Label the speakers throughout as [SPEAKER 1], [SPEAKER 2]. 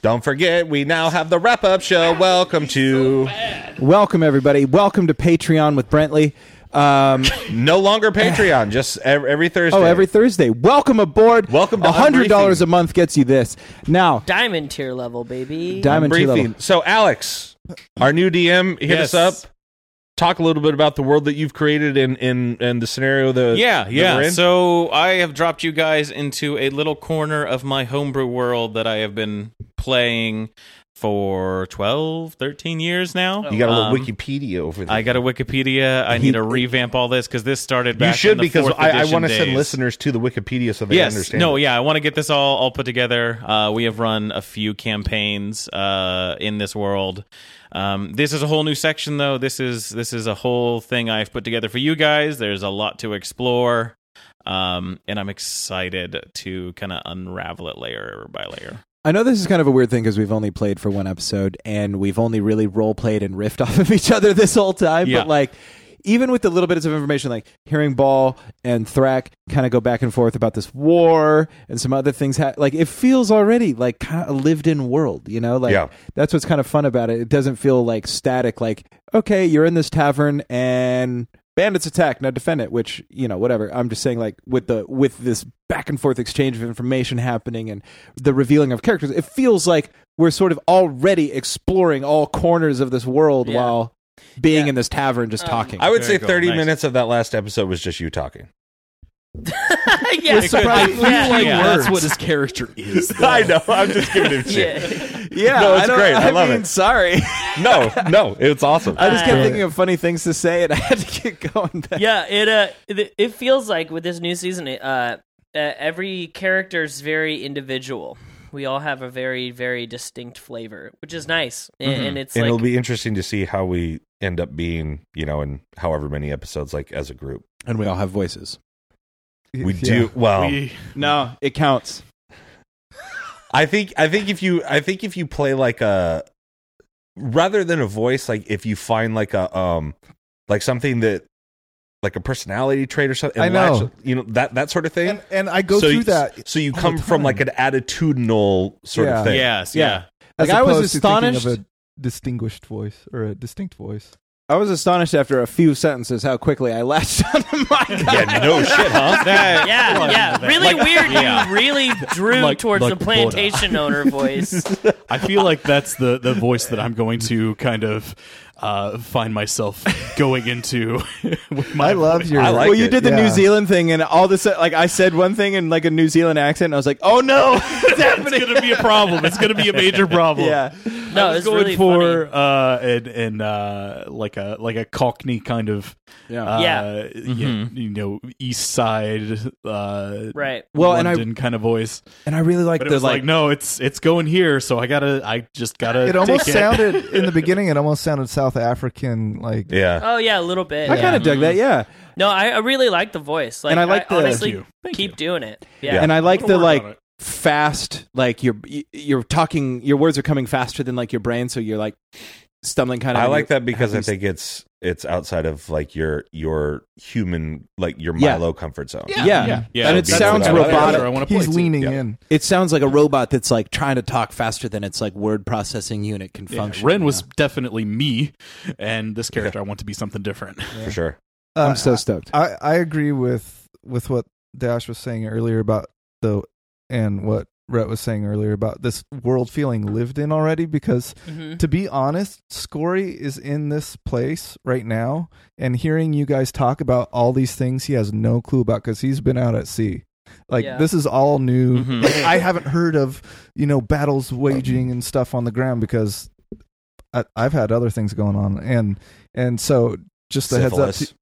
[SPEAKER 1] Don't forget, we now have the wrap up show. Welcome to
[SPEAKER 2] Welcome everybody. Welcome to Patreon with Brentley. Um,
[SPEAKER 1] no longer Patreon, just ev- every Thursday.
[SPEAKER 2] oh, every Thursday. Welcome aboard.
[SPEAKER 1] Welcome to
[SPEAKER 2] hundred dollars
[SPEAKER 1] Unbriefing.
[SPEAKER 2] a month gets you this. Now,
[SPEAKER 3] Diamond tier level, baby.
[SPEAKER 2] diamond tier level.
[SPEAKER 1] briefing. So, Alex, our new DM, hit
[SPEAKER 4] Yes.
[SPEAKER 1] us up. Talk a little bit about the world that you've created and in, in, the scenario that
[SPEAKER 4] Yeah,
[SPEAKER 1] that we're
[SPEAKER 4] yeah.
[SPEAKER 1] in.
[SPEAKER 4] So I have dropped you guys into a little corner of my homebrew world that I have been playing for 12, 13 years now.
[SPEAKER 1] you got a little
[SPEAKER 4] Um,
[SPEAKER 1] Wikipedia over there.
[SPEAKER 4] I got a Wikipedia. I need to revamp all this because this started back
[SPEAKER 1] you should
[SPEAKER 4] in the
[SPEAKER 1] because
[SPEAKER 4] fourth
[SPEAKER 1] I, I
[SPEAKER 4] edition
[SPEAKER 1] want to send
[SPEAKER 4] days.
[SPEAKER 1] listeners to the Wikipedia so they
[SPEAKER 4] yes.
[SPEAKER 1] understand.
[SPEAKER 4] No,
[SPEAKER 1] it.
[SPEAKER 4] yeah, I want to get this all all put together. Uh, we have run a few campaigns uh, in this world. Um, this is a whole new section, though. This is this is a whole thing I've put together for you guys. There's a lot to explore, um, and I'm excited to kind of unravel it layer by layer.
[SPEAKER 2] I know this is kind of a weird thing because we've only played for one episode and we've only really role played and riffed off of each other this whole time.
[SPEAKER 4] Yeah.
[SPEAKER 2] But like, even with the little bits of information, like hearing Ball and Thrak kind of go back and forth about this war and some other things, ha- like it feels already like kind of a lived-in world. You know, like
[SPEAKER 1] Yeah.
[SPEAKER 2] that's what's kind of fun about it. It doesn't feel like static. Like okay, you're in this tavern and bandits attack now defend it which you know whatever i'm just saying like with the with this back and forth exchange of information happening and the revealing of characters it feels like we're sort of already exploring all corners of this world
[SPEAKER 3] Yeah.
[SPEAKER 2] while being
[SPEAKER 3] Yeah.
[SPEAKER 2] in this tavern just talking
[SPEAKER 1] I would
[SPEAKER 4] There
[SPEAKER 1] say
[SPEAKER 4] you go.
[SPEAKER 1] 30
[SPEAKER 4] Nice.
[SPEAKER 1] minutes of that last episode was just you talking.
[SPEAKER 3] yeah.
[SPEAKER 2] It's probably
[SPEAKER 3] yeah. yeah.
[SPEAKER 4] like
[SPEAKER 5] yeah,
[SPEAKER 4] words.
[SPEAKER 5] that's what his character is.
[SPEAKER 1] I know. I'm just giving him shit.
[SPEAKER 2] yeah
[SPEAKER 1] No, it's
[SPEAKER 2] don't-
[SPEAKER 1] great. I love
[SPEAKER 2] mean,
[SPEAKER 1] it.
[SPEAKER 2] sorry
[SPEAKER 1] No, no, it's awesome.
[SPEAKER 2] i just kept
[SPEAKER 3] Uh,
[SPEAKER 2] thinking of funny things to say and i had to get going back
[SPEAKER 3] it uh, it, it feels like with this new season, it, uh, uh, every character's very individual. We all have a very, very distinct flavor, which is nice, and, and it's
[SPEAKER 1] and
[SPEAKER 3] like
[SPEAKER 1] it'll be interesting to see how we end up being, you know, in however many episodes, like as a group.
[SPEAKER 2] and we all have voices
[SPEAKER 1] We do well.
[SPEAKER 2] no it counts
[SPEAKER 1] I think I think if you I think if you play like a rather than a voice, like if you find like a um like something that like a personality trait or something,
[SPEAKER 5] I
[SPEAKER 1] and
[SPEAKER 5] know.
[SPEAKER 1] latch- you know that that sort of thing.
[SPEAKER 5] And, and I go
[SPEAKER 1] so
[SPEAKER 5] through
[SPEAKER 1] you,
[SPEAKER 5] that.
[SPEAKER 1] So you
[SPEAKER 5] all the
[SPEAKER 1] come from
[SPEAKER 5] time.
[SPEAKER 1] like an attitudinal sort
[SPEAKER 5] Yeah.
[SPEAKER 1] of thing.
[SPEAKER 4] Yes,
[SPEAKER 2] Yeah.
[SPEAKER 4] yeah.
[SPEAKER 2] Like,
[SPEAKER 5] as
[SPEAKER 2] I was
[SPEAKER 5] opposed to thinking
[SPEAKER 2] astonished-
[SPEAKER 5] of a distinguished voice or a distinct voice.
[SPEAKER 2] i was astonished after a few sentences how quickly i latched onto my guy
[SPEAKER 1] Yeah, no shit, huh?
[SPEAKER 4] That-
[SPEAKER 3] yeah, yeah, really weird.
[SPEAKER 5] yeah.
[SPEAKER 3] You really drew
[SPEAKER 5] Like-
[SPEAKER 3] towards
[SPEAKER 5] like
[SPEAKER 3] the plantation owner voice.
[SPEAKER 5] I
[SPEAKER 6] feel like that's the the voice that I'm going to kind of uh, find myself going into. with my
[SPEAKER 5] I love
[SPEAKER 6] voice.
[SPEAKER 5] your.
[SPEAKER 1] I like
[SPEAKER 2] well, you
[SPEAKER 1] it,
[SPEAKER 2] did the New
[SPEAKER 5] yeah.
[SPEAKER 2] Zealand thing, and all this, like, I said one thing in like a New Zealand accent, and I was like, "Oh no!"
[SPEAKER 6] It's going to be a problem. It's going to be a major problem.
[SPEAKER 2] yeah,
[SPEAKER 3] No,
[SPEAKER 6] I was
[SPEAKER 3] it's
[SPEAKER 6] going
[SPEAKER 3] really
[SPEAKER 6] for uh, an, an uh, like a like a Cockney kind of
[SPEAKER 2] yeah.
[SPEAKER 6] uh,
[SPEAKER 3] Yeah.
[SPEAKER 6] y-
[SPEAKER 4] Mhm.
[SPEAKER 6] you know East Side uh,
[SPEAKER 3] funny. right.
[SPEAKER 2] well, and I
[SPEAKER 6] London kind of voice.
[SPEAKER 2] and I really liked
[SPEAKER 6] But it
[SPEAKER 2] the
[SPEAKER 6] was
[SPEAKER 2] like,
[SPEAKER 6] like, no, it's it's going here, so I gotta I just gotta.
[SPEAKER 5] It almost
[SPEAKER 6] take
[SPEAKER 5] sounded in the beginning. It almost sounded South African, like
[SPEAKER 1] Yeah.
[SPEAKER 3] Oh yeah, a little bit.
[SPEAKER 2] I
[SPEAKER 3] yeah.
[SPEAKER 2] kind of dug that, yeah.
[SPEAKER 3] No, I, I really like the voice. Like,
[SPEAKER 2] And I like the-
[SPEAKER 3] honestly
[SPEAKER 6] Thank you. Thank
[SPEAKER 3] keep
[SPEAKER 6] you.
[SPEAKER 3] doing it.
[SPEAKER 1] Yeah.
[SPEAKER 3] Yeah,
[SPEAKER 2] And I like
[SPEAKER 6] Gotta
[SPEAKER 2] the
[SPEAKER 6] work
[SPEAKER 2] like
[SPEAKER 6] on it.
[SPEAKER 2] fast, like you're you're talking, your words are coming faster than like your brain, so you're like stumbling kind of.
[SPEAKER 1] I
[SPEAKER 2] and
[SPEAKER 1] like
[SPEAKER 2] you're-
[SPEAKER 1] that because I
[SPEAKER 2] these-
[SPEAKER 1] think it's it's outside of like your your human like your
[SPEAKER 2] Yeah.
[SPEAKER 1] Milo comfort zone.
[SPEAKER 2] Yeah,
[SPEAKER 6] Yeah.
[SPEAKER 4] Yeah.
[SPEAKER 2] and it
[SPEAKER 1] That's
[SPEAKER 2] sounds
[SPEAKER 1] what I like.
[SPEAKER 2] robotic.
[SPEAKER 6] I want to play.
[SPEAKER 5] he's
[SPEAKER 6] too.
[SPEAKER 5] leaning
[SPEAKER 1] Yeah.
[SPEAKER 5] in.
[SPEAKER 2] It sounds like a robot that's like trying to talk faster than its like word processing unit can
[SPEAKER 6] Yeah,
[SPEAKER 2] function.
[SPEAKER 6] Ren was definitely me, and this character I want to be something different.
[SPEAKER 1] for sure.
[SPEAKER 5] Uh,
[SPEAKER 2] I'm so stoked.
[SPEAKER 5] I, I agree with with what Dash was saying earlier about the and what Rhett was saying earlier about this world feeling lived in already because
[SPEAKER 3] Mhm.
[SPEAKER 5] to be honest, Scory is in this place right now and hearing you guys talk about all these things he has no clue about because he's been out at sea. Like
[SPEAKER 3] Yeah.
[SPEAKER 5] this is all new.
[SPEAKER 1] Mm-hmm.
[SPEAKER 4] Mhm.
[SPEAKER 5] Like, I haven't heard of you know battles waging and stuff on the ground because I, I've had other things going on and and so just a heads up.
[SPEAKER 1] Syphilis.
[SPEAKER 5] To,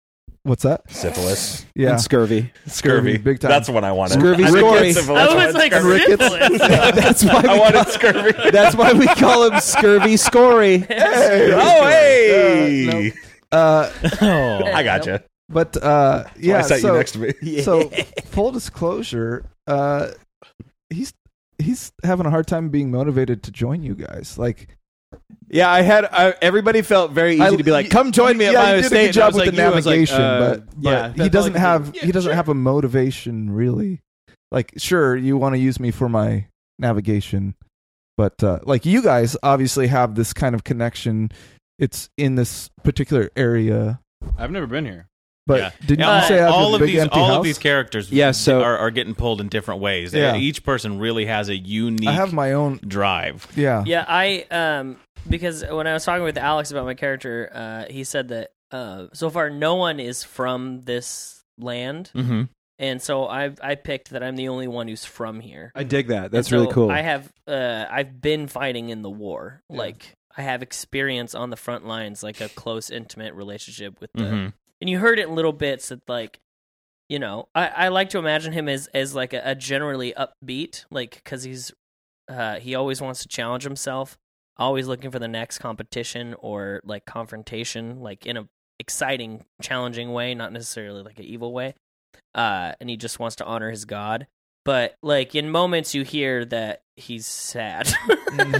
[SPEAKER 5] what's that?
[SPEAKER 1] Syphilis.
[SPEAKER 5] Yeah,
[SPEAKER 2] and scurvy.
[SPEAKER 1] Scurvy.
[SPEAKER 5] big time.
[SPEAKER 1] That's what I wanted.
[SPEAKER 2] Scurvy
[SPEAKER 1] I
[SPEAKER 2] Scurvy.
[SPEAKER 1] wanted syphilis.
[SPEAKER 3] I
[SPEAKER 1] I
[SPEAKER 3] was
[SPEAKER 1] wanted
[SPEAKER 3] like
[SPEAKER 1] scurvy.
[SPEAKER 3] syphilis.
[SPEAKER 2] that's why we
[SPEAKER 1] I
[SPEAKER 2] call,
[SPEAKER 1] wanted scurvy.
[SPEAKER 2] that's why we call him Scurvy Scory.
[SPEAKER 1] oh hey.
[SPEAKER 5] Uh, nope. Uh,
[SPEAKER 1] I gotcha.
[SPEAKER 5] but uh, yeah,
[SPEAKER 1] I sat
[SPEAKER 5] so,
[SPEAKER 1] you next to me.
[SPEAKER 5] so full disclosure, uh, he's he's having a hard time being motivated to join you guys. Like,
[SPEAKER 2] Yeah, I had I, everybody felt very easy
[SPEAKER 5] I-
[SPEAKER 2] to be like,
[SPEAKER 5] y-
[SPEAKER 2] "Come join me at
[SPEAKER 5] yeah,
[SPEAKER 2] my
[SPEAKER 5] you did a
[SPEAKER 2] estate." And I
[SPEAKER 5] good job
[SPEAKER 2] was
[SPEAKER 5] with
[SPEAKER 2] like,
[SPEAKER 5] the
[SPEAKER 2] you, I was like,
[SPEAKER 5] navigation,
[SPEAKER 2] uh,
[SPEAKER 5] but, but
[SPEAKER 2] yeah,
[SPEAKER 5] he
[SPEAKER 2] that's
[SPEAKER 5] doesn't
[SPEAKER 2] all I could
[SPEAKER 5] have
[SPEAKER 2] do.
[SPEAKER 5] he doesn't have a motivation really. Like, sure, you want to use me for my navigation, But uh, like you guys obviously have this kind of connection. It's in this particular area.
[SPEAKER 6] I've never been here.
[SPEAKER 5] But
[SPEAKER 4] Yeah.
[SPEAKER 5] didn't
[SPEAKER 4] Yeah,
[SPEAKER 5] you say after
[SPEAKER 4] all
[SPEAKER 5] the
[SPEAKER 4] of
[SPEAKER 5] big
[SPEAKER 4] these
[SPEAKER 5] empty
[SPEAKER 4] all
[SPEAKER 5] house?
[SPEAKER 4] of these characters
[SPEAKER 2] Yeah, so-
[SPEAKER 4] are, are getting pulled in different ways.
[SPEAKER 5] Yeah.
[SPEAKER 4] Each person really has a unique
[SPEAKER 5] I have my own.
[SPEAKER 4] drive.
[SPEAKER 5] Yeah.
[SPEAKER 3] Yeah, I um because when I was talking with Alex about my character, uh, he said that uh, so far no one is from this land,
[SPEAKER 4] Mm-hmm.
[SPEAKER 3] and so I I picked that I'm the only one who's from here.
[SPEAKER 2] I dig that. That's
[SPEAKER 3] And so
[SPEAKER 2] really cool.
[SPEAKER 3] I have uh, I've been fighting in the war, like I have experience on the front lines, like a close intimate relationship with the
[SPEAKER 2] Mm-hmm.
[SPEAKER 4] Mhm.
[SPEAKER 5] mm-hmm.
[SPEAKER 3] and you heard it in little bits that like you know i, I like to imagine him as as like a, a generally upbeat like because he's uh he always wants to challenge himself always looking for the next competition or like confrontation like in a exciting challenging way not necessarily like an evil way uh and he just wants to honor his god but like in moments you hear that he's sad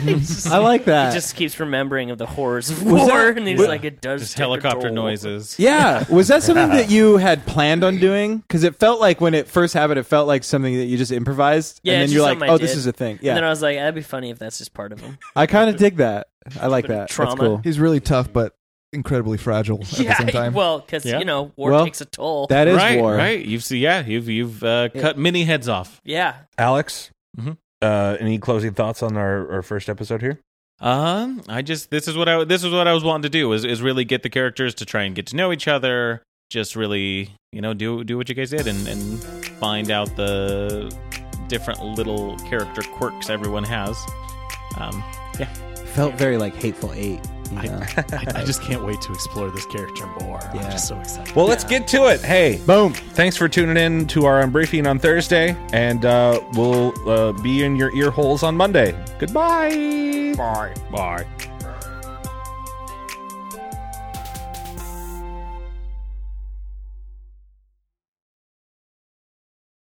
[SPEAKER 3] He's just-
[SPEAKER 2] Mm-hmm. I like that.
[SPEAKER 3] he just keeps remembering of the horrors of
[SPEAKER 2] Was
[SPEAKER 3] war
[SPEAKER 2] that-
[SPEAKER 3] and he's
[SPEAKER 2] was-
[SPEAKER 3] like it does
[SPEAKER 4] Just
[SPEAKER 3] take a
[SPEAKER 4] helicopter
[SPEAKER 3] toll.
[SPEAKER 4] noises.
[SPEAKER 2] yeah, was that something that you had planned on doing? Because it felt like when it first happened, it felt like something that you just improvised,
[SPEAKER 3] Yeah,
[SPEAKER 2] and then
[SPEAKER 3] it's
[SPEAKER 2] you're
[SPEAKER 3] just
[SPEAKER 2] like,
[SPEAKER 3] something I
[SPEAKER 2] "Oh, this
[SPEAKER 3] did.
[SPEAKER 2] is a thing."
[SPEAKER 3] And then
[SPEAKER 2] Yeah,
[SPEAKER 3] I was like, that'd be funny if that's just part of him.
[SPEAKER 2] I kind of dig that. I like
[SPEAKER 3] Bit of
[SPEAKER 2] that.
[SPEAKER 3] trauma.
[SPEAKER 2] That's cool.
[SPEAKER 5] He's really tough, but incredibly fragile at the same time.
[SPEAKER 3] well, because
[SPEAKER 4] Yeah.
[SPEAKER 3] you know, war
[SPEAKER 2] Well,
[SPEAKER 3] takes a toll.
[SPEAKER 2] That is
[SPEAKER 4] right,
[SPEAKER 2] war.
[SPEAKER 4] right. You've seen, yeah, you've you've uh,
[SPEAKER 3] Yeah.
[SPEAKER 4] cut many heads off.
[SPEAKER 3] yeah,
[SPEAKER 1] Alex,
[SPEAKER 4] Mhm.
[SPEAKER 1] uh, any closing thoughts on our, our first episode here?
[SPEAKER 5] Uh-huh.
[SPEAKER 4] Um, I just this is what I this is what I was wanting to do is is really get the characters to try and get to know each other. Just really, you know, do do what you guys did and and find out the different little character quirks everyone has. Um,
[SPEAKER 2] Felt very like hateful eight. You know?
[SPEAKER 6] I, I just can't wait to explore this character more.
[SPEAKER 2] Yeah.
[SPEAKER 6] I'm just so excited.
[SPEAKER 1] Well, let's get to it. Hey,
[SPEAKER 2] Boom.
[SPEAKER 1] thanks for tuning in to our briefing on Thursday, and uh, we'll uh, be in your ear holes on Monday. Goodbye. Bye. Bye.